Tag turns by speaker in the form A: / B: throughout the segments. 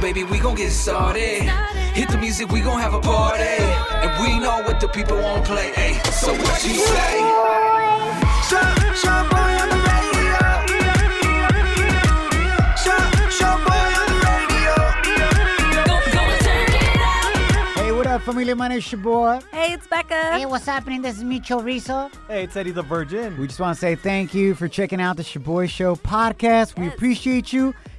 A: baby, we gon' get started. Hit the music, we gon' have a party. And we know what the people want play. Hey, so what you say?
B: Hey, what up, family? My name's Shaboy.
C: Hey, it's Becca.
D: Hey, what's happening? This is Micho Rizzo.
E: Hey, it's Eddie the Virgin.
B: We just want to say thank you for checking out the Shaboy Show podcast. We
C: Yes.
B: appreciate you.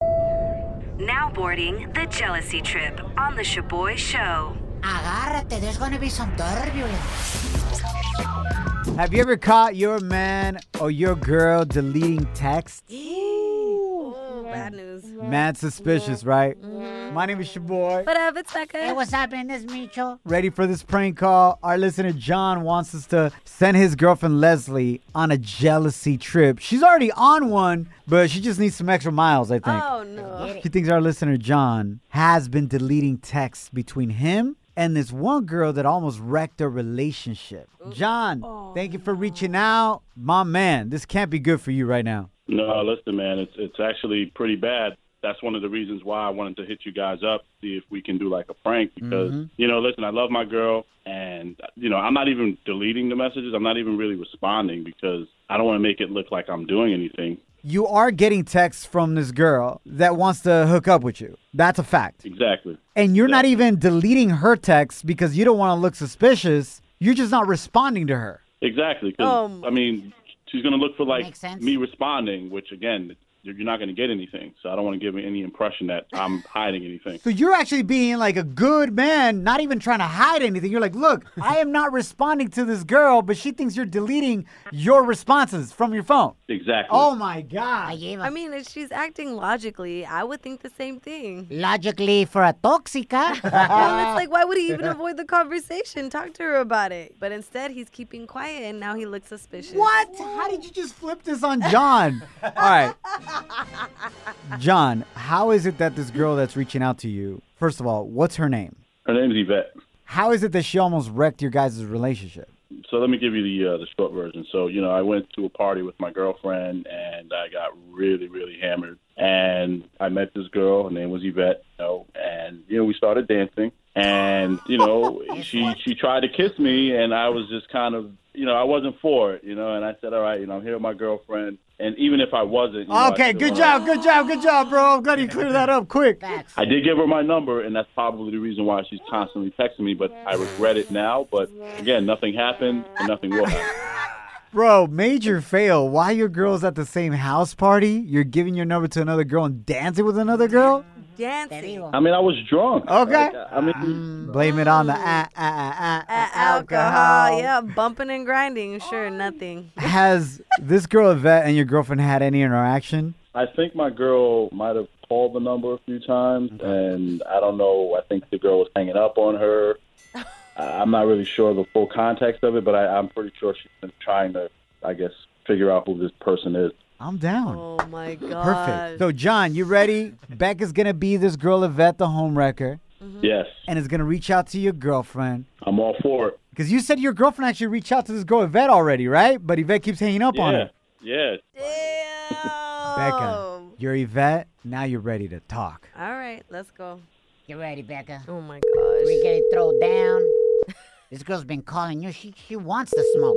F: Now boarding the jealousy trip on the Shaboy Show.
D: Agárrate, there's gonna be some turbulence.
B: Have you ever caught your man or your girl deleting texts?
C: Ooh, bad news.
B: Mad suspicious, right? My name is your boy.
C: What up, it's uh, Becca.
D: Mm-hmm. Hey, what's happening? This is Micho.
B: Ready for this prank call? Our listener John wants us to send his girlfriend Leslie on a jealousy trip. She's already on one, but she just needs some extra miles, I think.
C: oh, no.
B: He thinks our listener John has been deleting texts between him and this one girl that almost wrecked their relationship. John, thank you for reaching out. My man, this can't be good for you right now.
G: No, listen, man, it's it's actually pretty bad. That's one of the reasons why I wanted to hit you guys up, see if we can do like a prank because you know, listen, I love my girl, and you know, I'm not even deleting the messages. I'm not even really responding because I don't want to make it look like I'm doing anything.
B: You are getting texts from this girl that wants to hook up with you. That's a fact.
G: Exactly.
B: And you're not even deleting her texts because you don't want to look suspicious. You're just not responding to her.
G: Exactly. 'cause,
C: Um,
G: I mean, she's gonna look for like
D: Makes sense.
G: me responding, which again, you're you're not gonna get anything. So I don't want to give any impression that I'm hiding anything.
B: So you're actually being like a good man, not even trying to hide anything. You're like, look, I am not responding to this girl, but she thinks you're deleting your responses from your phone.
G: Exactly.
B: Oh my God.
D: Oye,
C: I mean, if she's acting logically, I would think the same thing.
D: Logically, for a toxica.
C: Well, it's like, why would he even avoid the conversation? Talk to her about it. But instead, he's keeping quiet and now he looks suspicious.
B: What? How did you just flip this on John? All right. John, how is it that this girl that's reaching out to you, first of all, what's her name?
G: Her name's Yvette.
B: How is it that she almost wrecked your guys' relationship?
G: so let me give you the uh, the short version. So you know, I went to a party with my girlfriend, and I got really, really hammered. And I met this girl. Her name was Yvette. You know, and you know, we started dancing. And you know, she she tried to kiss me, and I was just kind of you know, I wasn't for it. You know, and I said, all right, you know, I'm here with my girlfriend. And even if I wasn't, you know, I
B: Okay,
G: still
B: good
G: wanted-
B: job, good job, good job, bro. I'm glad you cleared that up quick.
D: Facts.
G: I did give her my number, and that's probably the reason why she's constantly texting me. But I regret it now. But again, nothing happened, and nothing will happen.
B: Bro, major fail. Why your girl's at the same house party? You're giving your number to another girl and dancing with another girl?
D: Te
C: Dancing.
D: digo.
G: I mean, I was drunk.
B: Okay.
G: Like, I mean,
B: Blame it on the ah, ah, ah, ah,
C: Uh, alcohol. Yeah, bumping and grinding.
B: Oh.
C: Sure, nothing.
B: Has this girl Yvette and your girlfriend had any interaction?
G: I think my girl might have called the number a few times, and I don't know. I think the girl was hanging up on her. I- I'm not really sure the full context of it, but I, I'm pretty sure she's been trying to, I guess, figure out who this person is.
B: I'm down.
C: Oh my gosh.
B: Perfect. So, John, you ready? Becca's going to be this girl Yvette, the homewrecker,
G: Yes,
B: Mm-hmm. and is going to reach out to your girlfriend.
G: I'm all for it.
B: Because you said your girlfriend actually reached out to this girl Yvette already, right? But Yvette keeps hanging up on
G: Yeah,
B: her.
G: yeah.
C: Damn.
B: Becca,
C: Oh.
B: you're Yvette. Now you're ready to talk.
C: All right, let's go.
D: You ready, Becca?
C: Oh my gosh.
D: We get it thrown down. This girl's been calling you. She, she wants the smoke.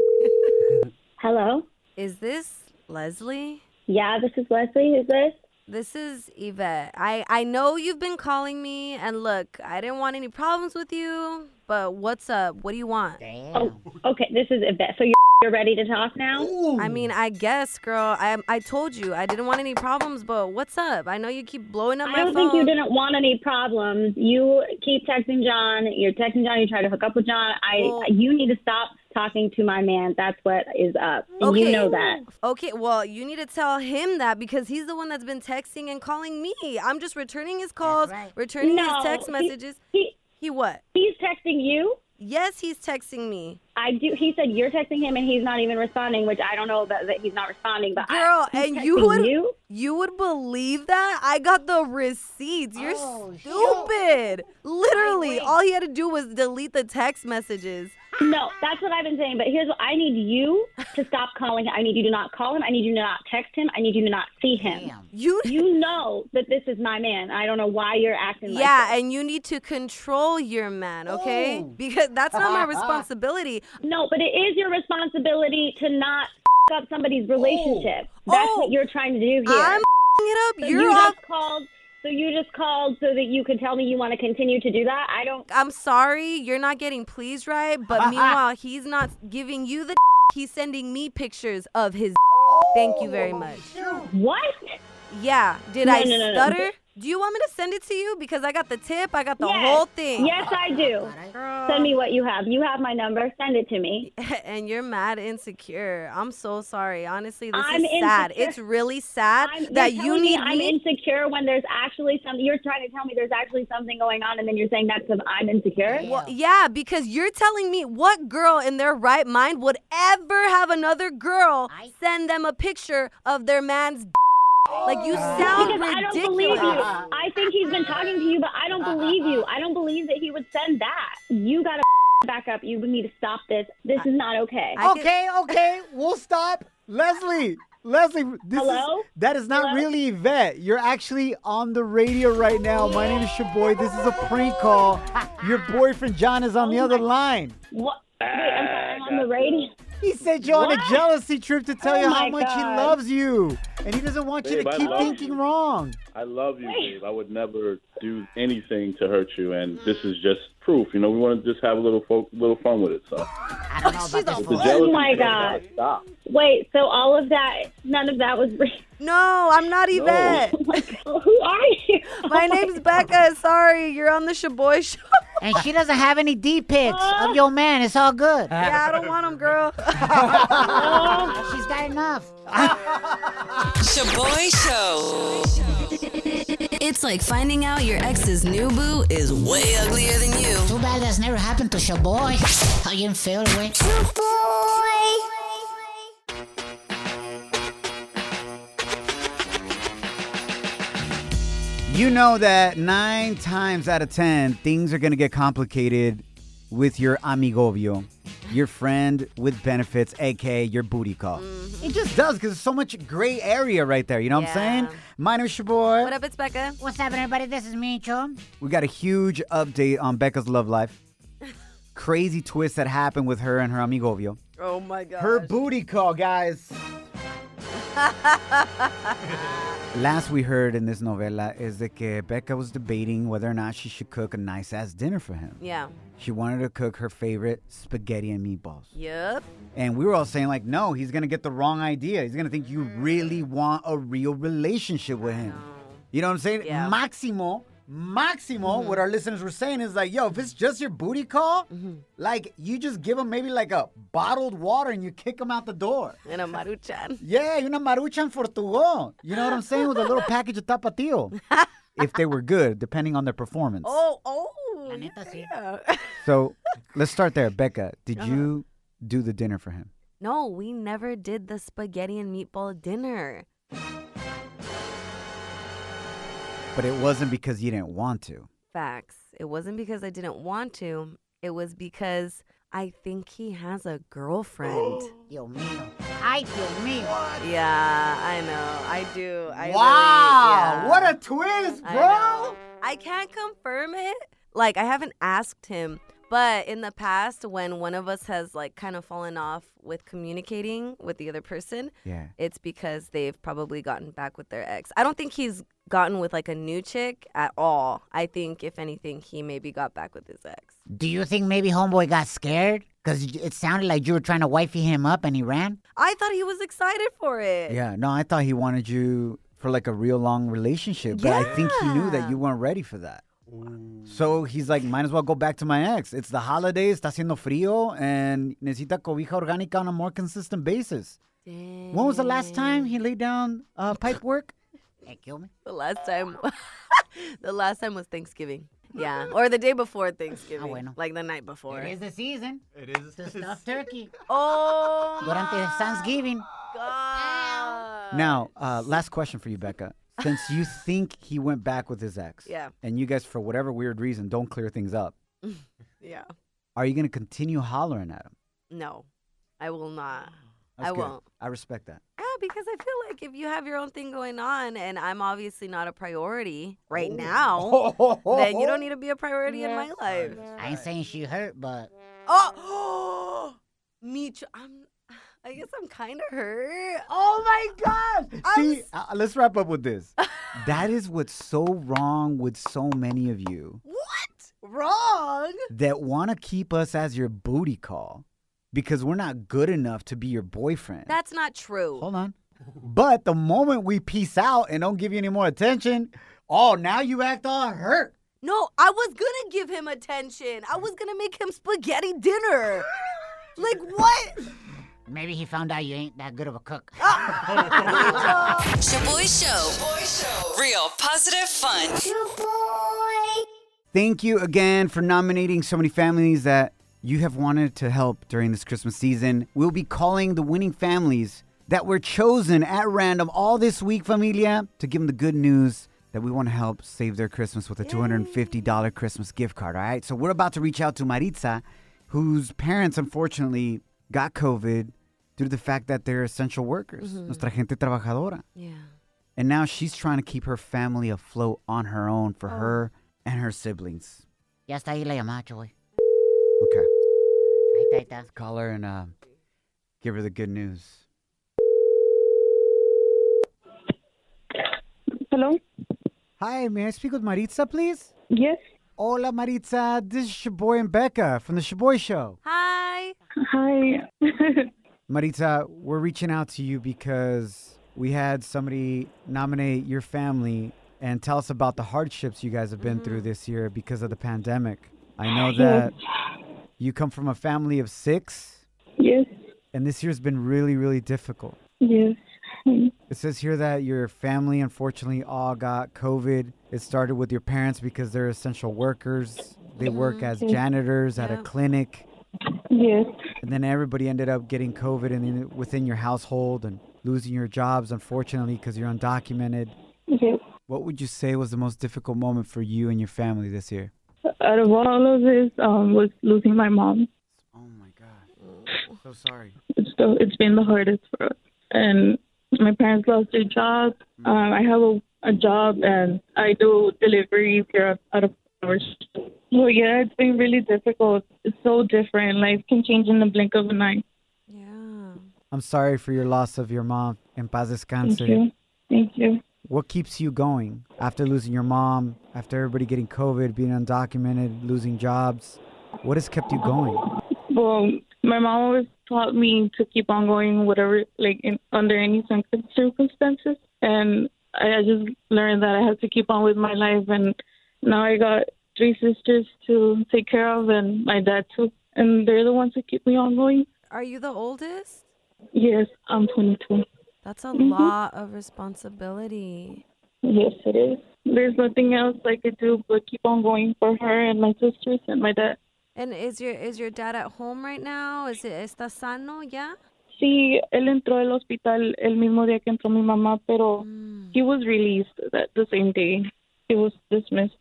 H: Hello.
C: Is this Leslie?
H: Yeah, this is Leslie. Who's this?
C: This is Yvette. I, I know you've been calling me, and look, I didn't want any problems with you, but what's up? What do you want?
D: Damn.
H: Okay, this is Yvette. So you're, you're ready to talk now?
C: I mean, I guess, girl, I, I told you I didn't want any problems, but what's up? I know you keep blowing up
H: I
C: my
H: don't
C: phone.
H: think you didn't want any problems. You keep texting John. You're texting John. You try to hook up with John. I.
C: Well-
H: you need to stop talking to my man. That's what is up. And You know that.
C: Okay, well, you need to tell him that because he's the one that's been texting and calling me. I'm just returning his calls,
D: right.
C: returning
H: No,
C: his text
H: he-
C: messages.
H: He
C: he what?
H: he's texting you.
C: Yes, he's texting me.
H: I do. He said you're texting him and he's not even responding, which I don't know that, that he's not responding. But I-
C: Girl,
H: he's
C: and you
H: texting
C: would you?
H: you?
C: would believe that? I got the receipts. You're
D: Oh, shoot.
C: stupid. Literally,
D: wait.
C: all he had to do was delete the text messages.
H: No, that's what I've been saying. But here's what I need you to stop calling him. I need you to not call him. I need you to not text him. I need you to not see him.
D: Damn.
C: You
H: You know that this is my man. I don't know why you're acting like
C: Yeah,
H: this.
C: and you need to control your man, okay?
D: Oh.
C: Because that's not my responsibility.
H: No, but it is your responsibility to not f- up somebody's relationship. That's
C: Oh.
H: what you're trying to do here.
C: I'm it
H: So
C: up. You're
H: you
C: off.
H: just called. So you just called so that you could tell me you want to continue to do that. I don't.
C: I'm sorry, you're not getting pleased right, but meanwhile, he's not giving you the he's sending me pictures of his
D: Oh.
C: Thank you very much.
H: What?
C: Yeah, did
H: No,
C: I
H: no, no, no.
C: stutter? Do you want me to send it to you because I got the tip, I got the
H: Yes.
C: whole thing.
H: Yes, I do. Send me what you have. You have my number. Send it to me.
C: and you're mad insecure. I'm so sorry. Honestly, this
H: I'm
C: is sad.
H: insecure.
C: It's really sad
H: I'm,
C: that
H: you're
C: you
H: telling me
C: need
H: I'm insecure when there's actually something. You're trying to tell me there's actually something going on, and then you're saying that's because I'm insecure.
D: Yeah.
C: Well, yeah, because you're telling me what girl in their right mind would ever have another girl
D: I-
C: send them a picture of their man's d- like you sound
H: Because I
C: ridiculous. Uh-huh.
H: don't believe you. I think he's been talking to you, but I don't believe you. I don't believe that he would send that. You gotta back up. You need to stop this. This is not okay.
C: I can-
B: okay, okay, we'll stop. Leslie, Leslie, this
H: Hello?
B: is that is not
H: Hello?
B: really Yvette. You're actually on the radio right now. My name is Shaboy. This is a pre-call. Your boyfriend John is on the other line.
H: What? Wait, I'm sorry. I'm on the radio.
B: He sent you on a
H: What?
B: jealousy trip to tell
H: Oh
B: you how
H: my
B: much he
H: God.
B: loves you, and he doesn't want you
G: Babe,
B: to
G: I
B: keep
G: love
B: thinking
G: you.
B: wrong.
G: I love you, babe. I would never do anything to hurt you, and this is just proof. You know, we want to just have a little fo- little fun with it.
B: Oh
G: So
D: I don't know about this
G: the
D: fool.
G: jealousy
H: my
G: thing,
H: God.
G: gotta Stop.
H: Wait. So all of that, none of that was real. Oh
C: No, I'm not Yvette.
H: Who are you?
C: My name's Becca. Sorry, you're on the Shaboy show.
D: And she doesn't have any D pics of your man. It's all good.
C: yeah, I don't want him, girl.
D: She's got enough.
I: Shaboy Show. It's like finding out your ex's new boo is way uglier than you.
D: Too bad that's never happened to your boy. How you feel, way?
B: You know that nine times out of ten, things are going to get complicated with your amigovio, your friend with benefits, aka your booty call.
C: Mm-hmm.
B: It just does because there's so much gray area right there. You know what I'm
C: Yeah.
B: saying? My name's your boy.
C: What up, it's Becca.
D: What's up, everybody? This is Micho.
B: We got a huge update on Becca's love life. Crazy twist that happened with her and her amigovio.
C: Oh my god.
B: Her booty call, guys. Last we heard in this novela is that que Becca was debating whether or not she should cook a nice ass dinner for him.
C: yeah.
B: She wanted to cook her favorite spaghetti and meatballs.
C: Yep.
B: And we were all saying, like, no, he's gonna get the wrong idea. He's gonna think you really
C: Mm-hmm.
B: want a real relationship with him. You know what I'm saying?
C: Yeah. Mm-hmm.
B: Maximo, Maximo, what our listeners were saying is like, yo, if it's just your booty call,
C: Mm-hmm.
B: like you just give him maybe like a bottled water and you kick him out the door.
C: And a Maruchan.
B: Yeah, una marucha en Fortugón. You know what I'm saying? With a little package of tapatio. if they were good, depending on their performance.
C: Oh, oh.
D: neta, sí.
C: yeah.
B: So let's start there. Becca, did
C: Uh-huh.
B: you do the dinner for him?
C: No, we never did the spaghetti and meatball dinner.
B: But it wasn't because you didn't want to.
C: Facts. It wasn't because I didn't want to. It was because I think he has a girlfriend.
D: Yo mío. Ay, Dios mío.
C: yeah, I know. I do. I
B: wow, what a twist,
C: I
B: bro!
C: know. I can't confirm it. Like I haven't asked him, but in the past when one of us has like kind of fallen off with communicating with the other person,
B: Yeah.
C: it's because they've probably gotten back with their ex. I don't think he's gotten with like a new chick at all. I think if anything, he maybe got back with his ex.
D: Do you think maybe homeboy got scared? Because it sounded like you were trying to wifey him up and he ran?
C: I thought he was excited for it.
B: Yeah, no, I thought he wanted you for like a real long relationship, but I think he knew that
C: Yeah.
B: you weren't ready for that. So he's like, might as well go back to my ex. It's the holidays, está haciendo frío, and necesita cobija orgánica on a more consistent basis.
C: Dang.
B: When was the last time he laid down uh, pipe work?
D: Hey, kill me.
C: The last time. the last time was Thanksgiving. Yeah, or the day before Thanksgiving,
F: Ah, bueno.
C: like the night before.
F: It is the season.
J: It is.
F: The stuffed turkey.
C: Oh
F: Durante Thanksgiving.
C: God.
B: Now, uh, last question for you, Becca. Since you think he went back with his ex,
C: Yeah.
B: and you guys, for whatever weird reason, don't clear things up,
C: Yeah.
B: are you going to continue hollering at him?
C: No, I will not.
B: That's
C: I
B: good.
C: won't.
B: I respect that.
C: Yeah, because I feel like if you have your own thing going on and I'm obviously not a priority
B: Oh.
C: right now, then you don't need to be a priority in my life.
F: I ain't saying she hurt, but
C: Oh, me too. I'm. I guess I'm kind of hurt. Oh my god!
B: See, uh, let's wrap up with this. that is what's so wrong with so many of you
C: What wrong?
B: that want to keep us as your booty call because we're not good enough to be your boyfriend.
C: That's not true.
B: Hold on. But the moment we peace out and don't give you any more attention, oh, now you act all hurt.
C: No, I was gonna give him attention. I was gonna make him spaghetti dinner. like what?
F: maybe he found out you ain't that good of a cook.
C: Ah.
K: Shaboy Show. Real positive fun.
B: Thank you again for nominating so many families that you have wanted to help during this Christmas season. We'll be calling the winning families that were chosen at random all this week, familia, to give them the good news that we want to help save their Christmas with a $250 Christmas gift card, all right? So we're about to reach out to Maritza, whose parents unfortunately got COVID due to the fact that they're essential workers, nuestra gente trabajadora.
C: Yeah.
B: And now she's trying to keep her family afloat on her own for her and her siblings.
F: Oh. Ya está ahí la llamada, Joey.
B: Okay.
F: Ahí está, ahí está.
B: Call her and uh, give her the good news.
L: Hello?
B: Hi, may I speak with Maritza, please?
L: Yes.
B: Hola, Maritza. This is your boy and Becca from The Shaboy Show.
C: Hi.
L: Hi.
B: Maritza, we're reaching out to you because we had somebody nominate your family and tell us about the hardships you guys have been through this year because of the pandemic. I know that you come from a family of six,
L: yes.
B: and this year's been really, really difficult.
L: Yes.
B: It says here that your family unfortunately all got COVID. It started with your parents because they're essential workers. They work as janitors at a
C: Yeah.
B: clinic.
L: Yes.
B: And then everybody ended up getting COVID and then within your household and losing your jobs, unfortunately, because you're undocumented.
L: Yes.
B: What would you say was the most difficult moment for you and your family this year?
L: Out of all of this, um, was losing my mom.
B: Oh my God. So sorry.
L: It's the, it's been the hardest for us. And my parents lost their job. Um, I have a, a job and I do deliveries here out of hours. So yeah, it's been really difficult. It's so different. Life can change in the blink of an eye.
C: Yeah.
B: I'm sorry for your loss of your mom. En paz descanse.
L: Thank you. Thank you.
B: What keeps you going after losing your mom, after everybody getting COVID, being undocumented, losing jobs? What has kept you going?
L: Well, my mom always taught me to keep on going, whatever, like in, under any circum- circumstances. And I, I just learned that I had to keep on with my life. And now I got three sisters to take care of, and my dad too. And they're the ones who keep me on going.
C: Are you the oldest?
L: Yes, I'm 22.
C: That's a
B: Mm-hmm.
C: lot of responsibility.
L: Yes, it is. There's nothing else I could do but keep on going for her and my sisters and my dad.
C: And is your is your dad at home right now? Is it está sano? Yeah.
L: Sí, él entró al hospital el mismo día que entró mi mamá, pero he was released that the same day. He was dismissed.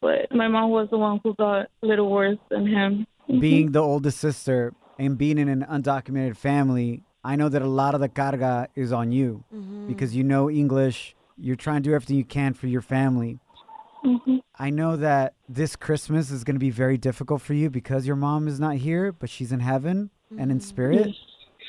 L: But my mom was the one who got a little worse than him.
B: Being the oldest sister and being in an undocumented family, I know that a lot of the carga is on you because you know English, you're trying to do everything you can for your family. I know that this Christmas is going to be very difficult for you because your mom is not here, but she's in heaven and in spirit.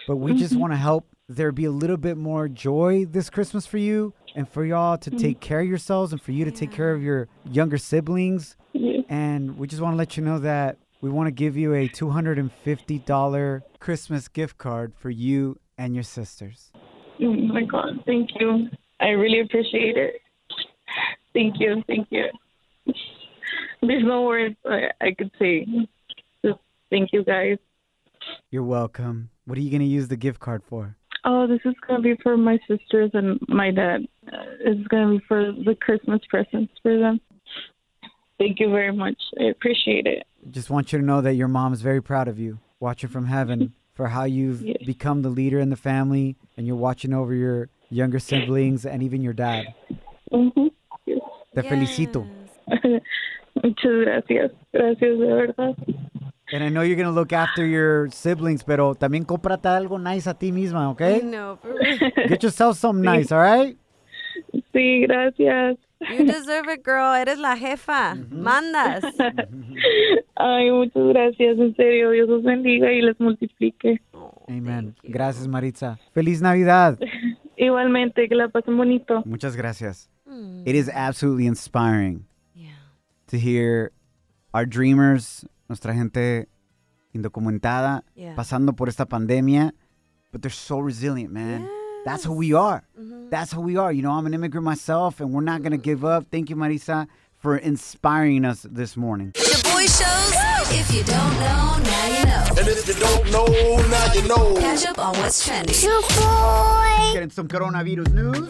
B: But we just want to help there be a little bit more joy this Christmas for you and for y'all to take care of yourselves and for you to take care of your younger siblings.
L: Yes.
B: And we just want to let you know that we want to give you a $250 Christmas gift card for you and your sisters.
L: Oh my God, thank you. I really appreciate it. Thank you, thank you. There's no words I, I could say. Just thank you guys.
B: You're welcome. What are you going to use the gift card for?
L: Oh, this is gonna be for my sisters and my dad. Uh, It's gonna be for the Christmas presents for them.
H: Thank you very much. I appreciate it.
B: Just want you to know that your mom is very proud of you, watching from heaven for how you've
H: Yeah.
B: become the leader in the family and you're watching over your younger siblings and even your dad.
H: Mhm.
B: Te felicito.
H: Muchas gracias. Gracias, de verdad.
B: And I know you're going to look after your siblings, pero también cómprate algo nice a ti misma, okay?
C: No, for real.
B: Get yourself something nice, all right?
H: Sí, gracias.
C: You deserve it, girl. Eres la jefa.
B: Mm-hmm.
C: Mandas.
H: Ay, muchas gracias. En serio, Dios los bendiga y les multiplique.
B: Amen. Gracias, Maritza. Feliz Navidad.
H: Igualmente, que la pasen bonito.
B: Muchas gracias.
C: Mm.
B: It is absolutely inspiring
C: Yeah.
B: to hear our dreamers, nuestra gente indocumentada,
C: Yeah.
B: pasando por esta pandemia, but they're so resilient, man. That's who we are.
C: Mm-hmm.
B: That's who we are. You know, I'm an immigrant myself, and we're not going to give
C: Mm.
B: up. Thank you, Marisa, for inspiring us this morning.
I: The boy shows. If you don't know, now you know.
A: And if you don't know, now you know.
I: Catch up on what's trending.
B: Getting some coronavirus news.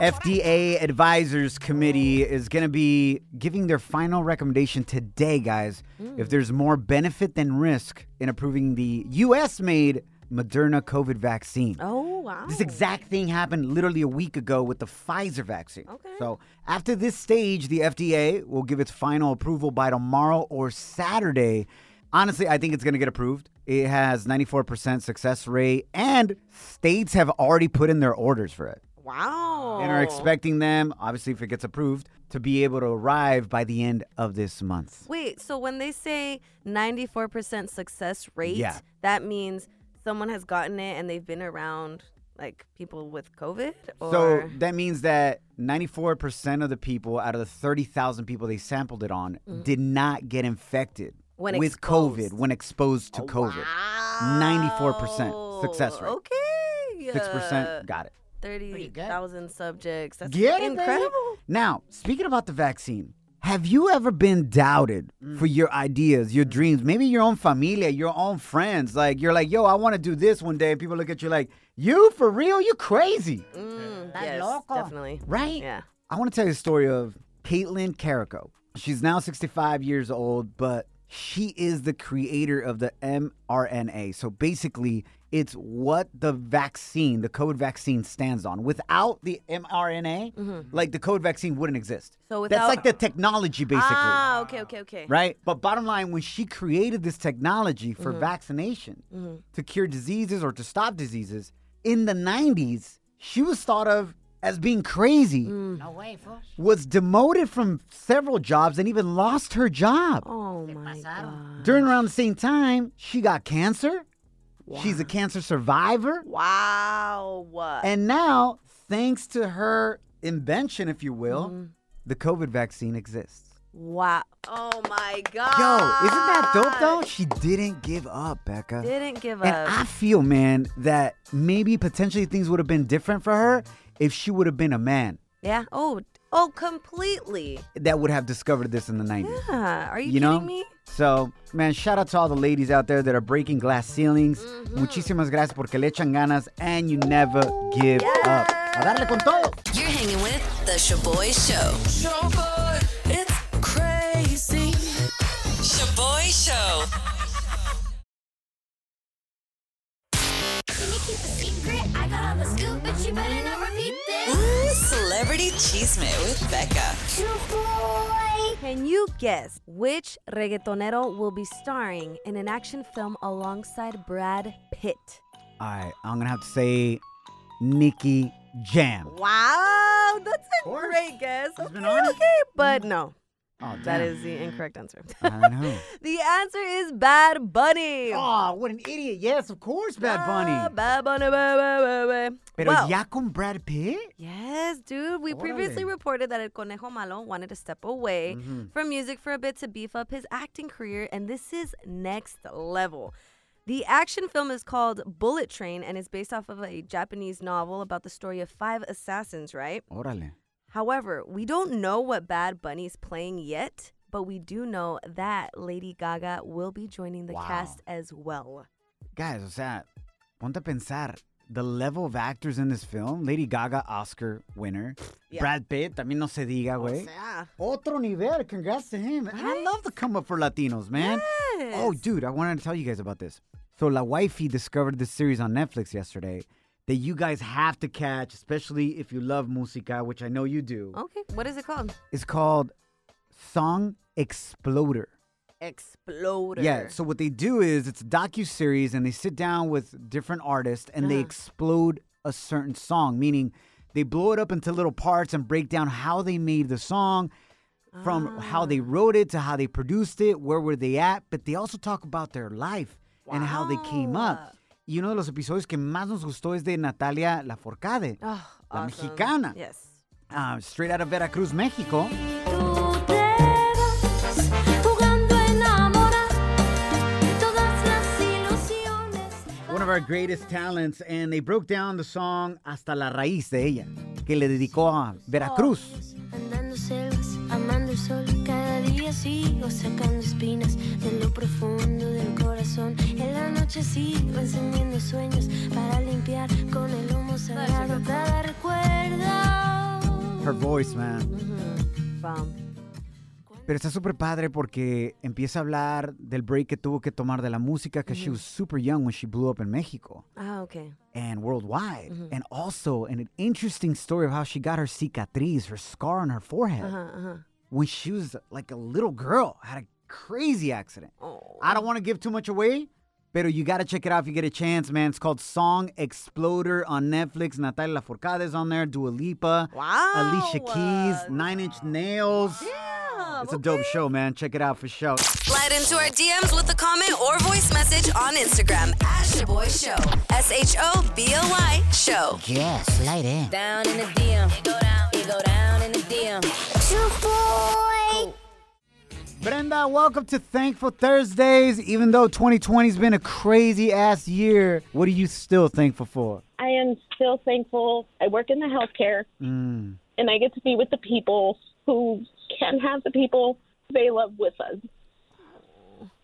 B: FDA Advisors Committee is going to be giving their final recommendation today, guys.
C: Hmm.
B: If there's more benefit than risk in approving the US made Moderna COVID vaccine.
C: Oh, wow.
B: This exact thing happened literally a week ago with the Pfizer vaccine.
C: Okay.
B: So, after this stage, the FDA will give its final approval by tomorrow or Saturday. Honestly, I think it's going to get approved. It has 94% success rate, and states have already put in their orders for it
C: Wow.
B: and are expecting them, obviously, if it gets approved, to be able to arrive by the end of this month.
C: Wait, so when they say 94% success rate,
B: Yeah.
C: that means someone has gotten it and they've been around like people with COVID? Or...
B: So that means that 94% of the people out of the 30,000 people they sampled it on did not get infected
C: Mm. When
B: with
C: exposed. Oh,
B: COVID when exposed to COVID. 94% success rate.
C: Okay.
B: 6% got it.
C: 30,000 subjects. That's
B: Get it, baby.
C: incredible.
B: Now, speaking about the vaccine, have you ever been doubted
C: Mm.
B: for your ideas, your dreams, maybe your own familia, your own friends? Like, you're like, yo, I want to do this one day. And people look at you like, you for real? You crazy.
C: Mm,
D: That's
C: yes,
D: loco.
C: definitely.
B: Right?
C: Yeah.
B: I want to tell you a story of Caitlin Carico. She's now 65 years old, but she is the creator of the mRNA. So basically, it's what the vaccine, the COVID vaccine, stands on. Without the mRNA, like the COVID vaccine wouldn't exist.
C: Mm-hmm. So
B: that's
C: without-
B: like the technology, basically
C: Ah, okay, okay, okay.
B: right? But bottom line, when she created this technology for vaccination to cure diseases or to stop diseases in the 90s, she was thought of as being crazy,
D: No way, fool.
B: was demoted from several jobs, and even lost her job.
C: Oh my
D: pasaron.
C: god.
B: During around the same time, she got cancer. She's a cancer survivor.
C: Wow.
B: And now, thanks to her invention, if you will, the COVID vaccine exists.
C: wow. Oh my god.
D: Ah.
B: Yo, isn't that dope though? She didn't give up, Becca.
C: Didn't give
B: And
C: up.
B: I feel, man, that maybe potentially things would have been different for her if she would have been a man
C: yeah. Oh. Oh, completely.
B: that would have discovered this in the 90s.
C: Yeah. Are you,
B: You
C: kidding
B: know?
C: me?
B: So, man, shout out to all the ladies out there that are breaking glass ceilings.
C: Mm-hmm.
B: Muchísimas gracias porque le echan ganas and you never give up. A darle con todo.
I: You're hanging with the Shaboy Show. Shaboy, it's crazy. Shaboy Show. Ooh, Celebrity Cheesemate with Becca.
C: Can you guess which reggaetonero will be starring in an action film alongside Brad Pitt?
B: All right, I'm going to have to say Nikki Jam.
C: Wow, that's a
B: course.
C: great guess.
B: He's been
C: Okay,
B: honest.
C: okay, but no,
B: Oh,
C: that
B: damn.
C: is the incorrect answer.
B: I know.
C: the answer is Bad Bunny.
B: Oh, what an idiot. Yes, of course, Bad
C: Ah,
B: Bunny.
C: Bad Bunny, baby, baby.
B: Pero
C: Well,
B: ya con Brad Pitt?
C: Yes, dude. We previously
B: Órale. Mm-hmm.
C: reported that El Conejo Malo wanted to step away from music for a bit to beef up his acting career, and this is next level. The action film is called Bullet Train and is based off of a Japanese novel about the story of five assassins, right?
B: Órale.
C: However, we don't know what Bad Bunny's playing yet, but we do know that Lady Gaga will be joining the
B: Wow.
C: cast as well.
B: Guys, o sea, ponte a pensar. the level of actors in this film, Lady Gaga, Oscar winner,
C: Yeah.
B: Brad Pitt, también no se diga,
C: O
B: güey.
C: sea,
B: Otro nivel. Congrats to him. And I love the come up for Latinos, man. Oh, dude, I wanted to tell you guys about this. So, La Wifey discovered this series on Netflix yesterday that you guys have to catch, especially if you love música, which I know you do.
C: okay. What is it called?
B: It's called Song Exploder.
C: Exploder.
B: Yeah. So what they do is it's a docu series, and they sit down with different artists, and they explode a certain song, meaning they blow it up into little parts and break down how they made the song, from how they wrote it to how they produced it, where were they at, but they also talk about their life and how they came up. Y uno de los episodios que más nos gustó es de Natalia Laforcade,
C: Oh,
B: la
C: awesome.
B: mexicana,
C: Yes.
B: uh, straight out of Veracruz, Mexico.
I: Tú te vas jugando a enamorar todas las ilusiones.
B: one of our greatest talents, and they broke down the song Hasta la Raíz de ella, que le dedicó a Veracruz.
I: Andando selvas, amando el sol, cada día sigo sacando espinas de lo profundo del corazón. En la noche sigo encendiendo sueños para limpiar con el humo sagrado cada recuerdo.
B: Her voice, man.
C: Bomb.
B: Pero está súper padre porque empieza a hablar del break que tuvo que tomar de la música, because she was super young when she blew up in Mexico
C: Ah, okay.
B: and worldwide. And also, and an interesting story of how she got her cicatriz, her scar on her forehead, when she was like a little girl, had a crazy accident.
C: Oh.
B: I don't want to give too much away, pero you got to check it out if you get a chance, man. It's called Song Exploder on Netflix. Natalia Lafourcade is on there, Dua Lipa,
C: Wow.
B: Alicia Keys, Nine Inch Nails.
C: Damn,
B: It's a dope show, man. Check it out for sure.
I: Slide into our DMs with a comment or voice message on Instagram at Shaboy Show. S H O B O Y Show.
D: Yes, slide in.
I: Down in the DM. You go down. You go down in the DM. Shaboy.
B: Brenda, welcome to Thankful Thursdays. Even though 2020's been a crazy ass year, what are you still thankful for?
H: I am still thankful. I work in the healthcare, and I get to be with the people who can have the people they love with us.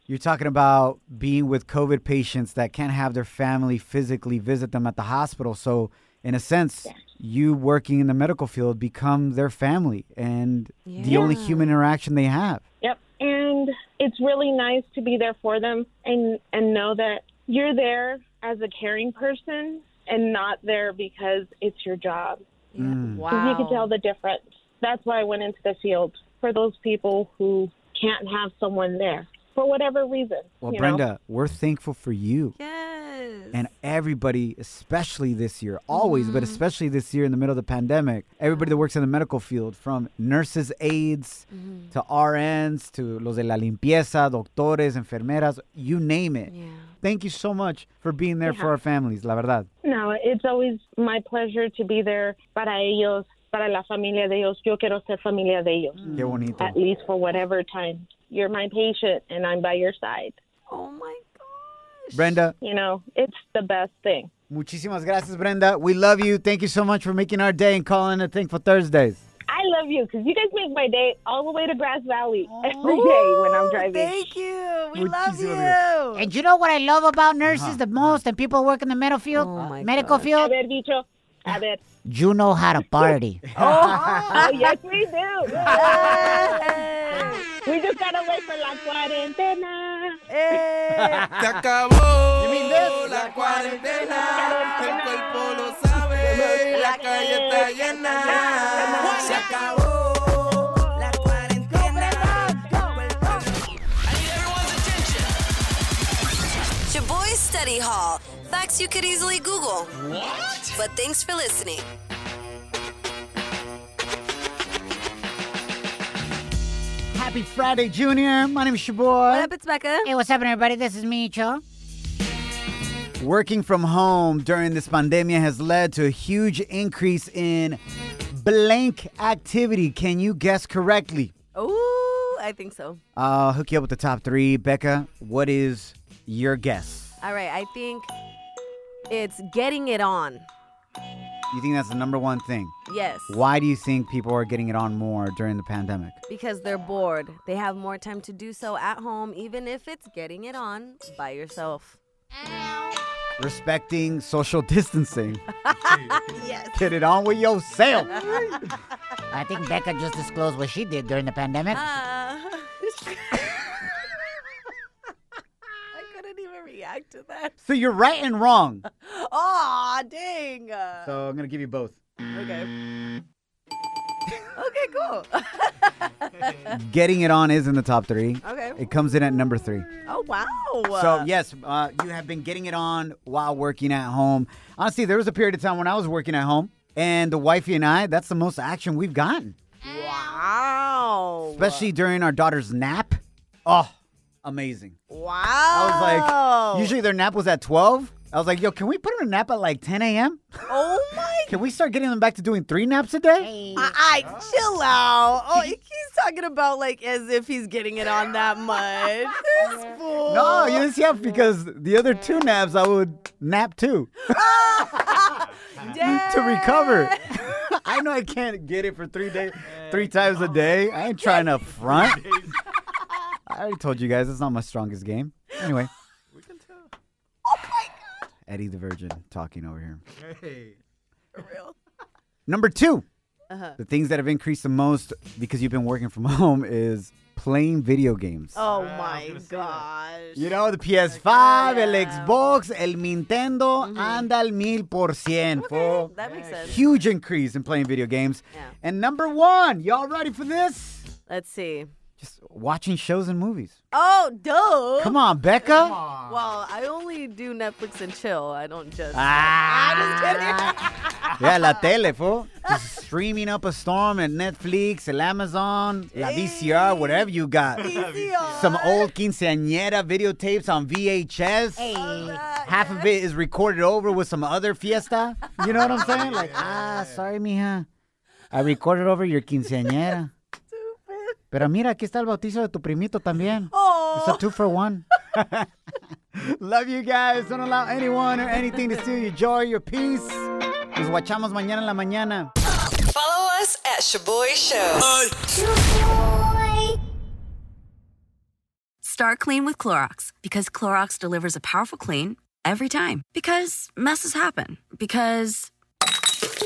B: You're talking about being with COVID patients that can't have their family physically visit them at the hospital. So, in a sense, you working in the medical field become their family and the only human interaction they have.
H: Yep. And it's really nice to be there for them and and know that you're there as a caring person and not there because it's your job.
B: Mm.
C: Wow.
H: You can tell the difference. That's why I went into the field for those people who can't have someone there for whatever reason.
B: Well,
H: you know?
B: Brenda, we're thankful for you
C: Yes.
B: and everybody, especially this year, always, but especially this year in the middle of the pandemic, everybody that works in the medical field from nurses, aides to RNs to los de la limpieza, doctores, enfermeras, you name it.
C: yeah.
B: Thank you so much for being there for our families, la verdad.
H: No, it's always my pleasure to be there para ellos, para la familia de ellos. Yo quiero ser familia de ellos.
B: Qué bonito.
H: At least for whatever time. You're my patient and I'm by your side.
C: Oh my gosh.
B: Brenda,
H: You know, it's the best thing.
B: muchísimas gracias, Brenda. We love you. Thank you so much for making our day and calling a Thankful Thursdays.
H: I love you because you guys make my day all the way to Grass Valley every day when I'm driving.
C: Oh, Thank you. We love you.
B: Muchísimas
D: And you know what I love about nurses the most and people who work in the medical field?
C: Oh, my
D: medical
H: A
D: field?
H: ver, bicho. A ver.
D: You know how to party.
H: Oh, yes, we do. we just got to wait for la cuarentena.
A: Se acabó la cuarentena. El cuerpo lo sabe. La calle está llena. Se acabó la cuarentena.
I: Shaboy Study Hall. Facts you could easily Google. What? But thanks for listening.
B: Happy Friday, Junior. My name is Shaboy.
C: What up, it's Becca.
D: hey, what's up, everybody? This is Micho.
B: Working from home during this pandemia has led to a huge increase in blank activity. Can you guess correctly?
C: Ooh, I think so.
B: I'll hook you up with the top three. Becca, what is your guess?
C: All right, I think it's getting it on.
B: You think that's the number one thing?
C: Yes.
B: Why do you think people are getting it on more during the pandemic?
C: Because they're bored. They have more time to do so at home, even if it's getting it on by yourself.
B: respecting social distancing.
C: Yes.
B: Get it on with yourself.
D: I think Becca just disclosed what she did during the pandemic.
C: Uh, I couldn't even react to that.
B: So you're right and wrong.
C: Aw, dang. Uh,
B: So I'm gonna give you both.
C: okay. Okay, cool.
B: Getting it on is in the top three.
C: Okay.
B: It comes in at number three.
C: Oh, wow.
B: So yes, uh, you have been getting it on while working at home. Honestly, there was a period of time when I was working at home, and the wifey and I—that's the most action we've gotten,
C: Wow.
B: especially during our daughter's nap. Oh, amazing!
C: Wow.
B: I was like,
C: Oh.
B: usually their nap was at 12. I was like, yo, can we put them a nap at like 10 a.m.?
C: Oh my.
B: Can we start getting them back to doing three naps a day?
C: I, I chill out. Oh, he's talking about like as if he's getting it on that much. This fool.
B: No, you didn't see how- because the other two naps I would nap too to recover. I know I can't get it for three days, three times a day. I ain't trying to front. I already told you guys it's not my strongest game. Anyway. Oh Eddie the Virgin talking over here. Number 2 The things that have increased the most because you've been working from home is playing video games.
C: Oh my gosh.
B: You know, the PS5, el Xbox, el Nintendo, anda al mil por cien. fool.
C: Mm-hmm. That makes sense.
B: Huge increase in playing video games.
C: Yeah.
B: And number one, y'all ready for this?
C: Let's see.
B: Just watching shows and movies.
C: Oh, dope.
B: Come on, Becca.
C: Well, I only do Netflix and chill. I don't just.
B: Ah. yeah, la tele, fool. Just streaming up a storm at Netflix, el Amazon, la VCR, whatever you got.
C: VCR.
B: Some old quinceañera videotapes on VHS. Half of it is recorded over with some other fiesta. You know what I'm saying? Like, ah, sorry, mija. I recorded over your quinceañera. Pero mira, aquí está el bautizo de tu primito también. It's a two for one. Love you guys. Don't allow anyone or anything to steal your joy, your peace. Nos guachamos mañana en la mañana.
M: Follow us at Shaboy Show.
F: Start clean with Clorox because Clorox delivers a powerful clean every time. Because messes happen. Because.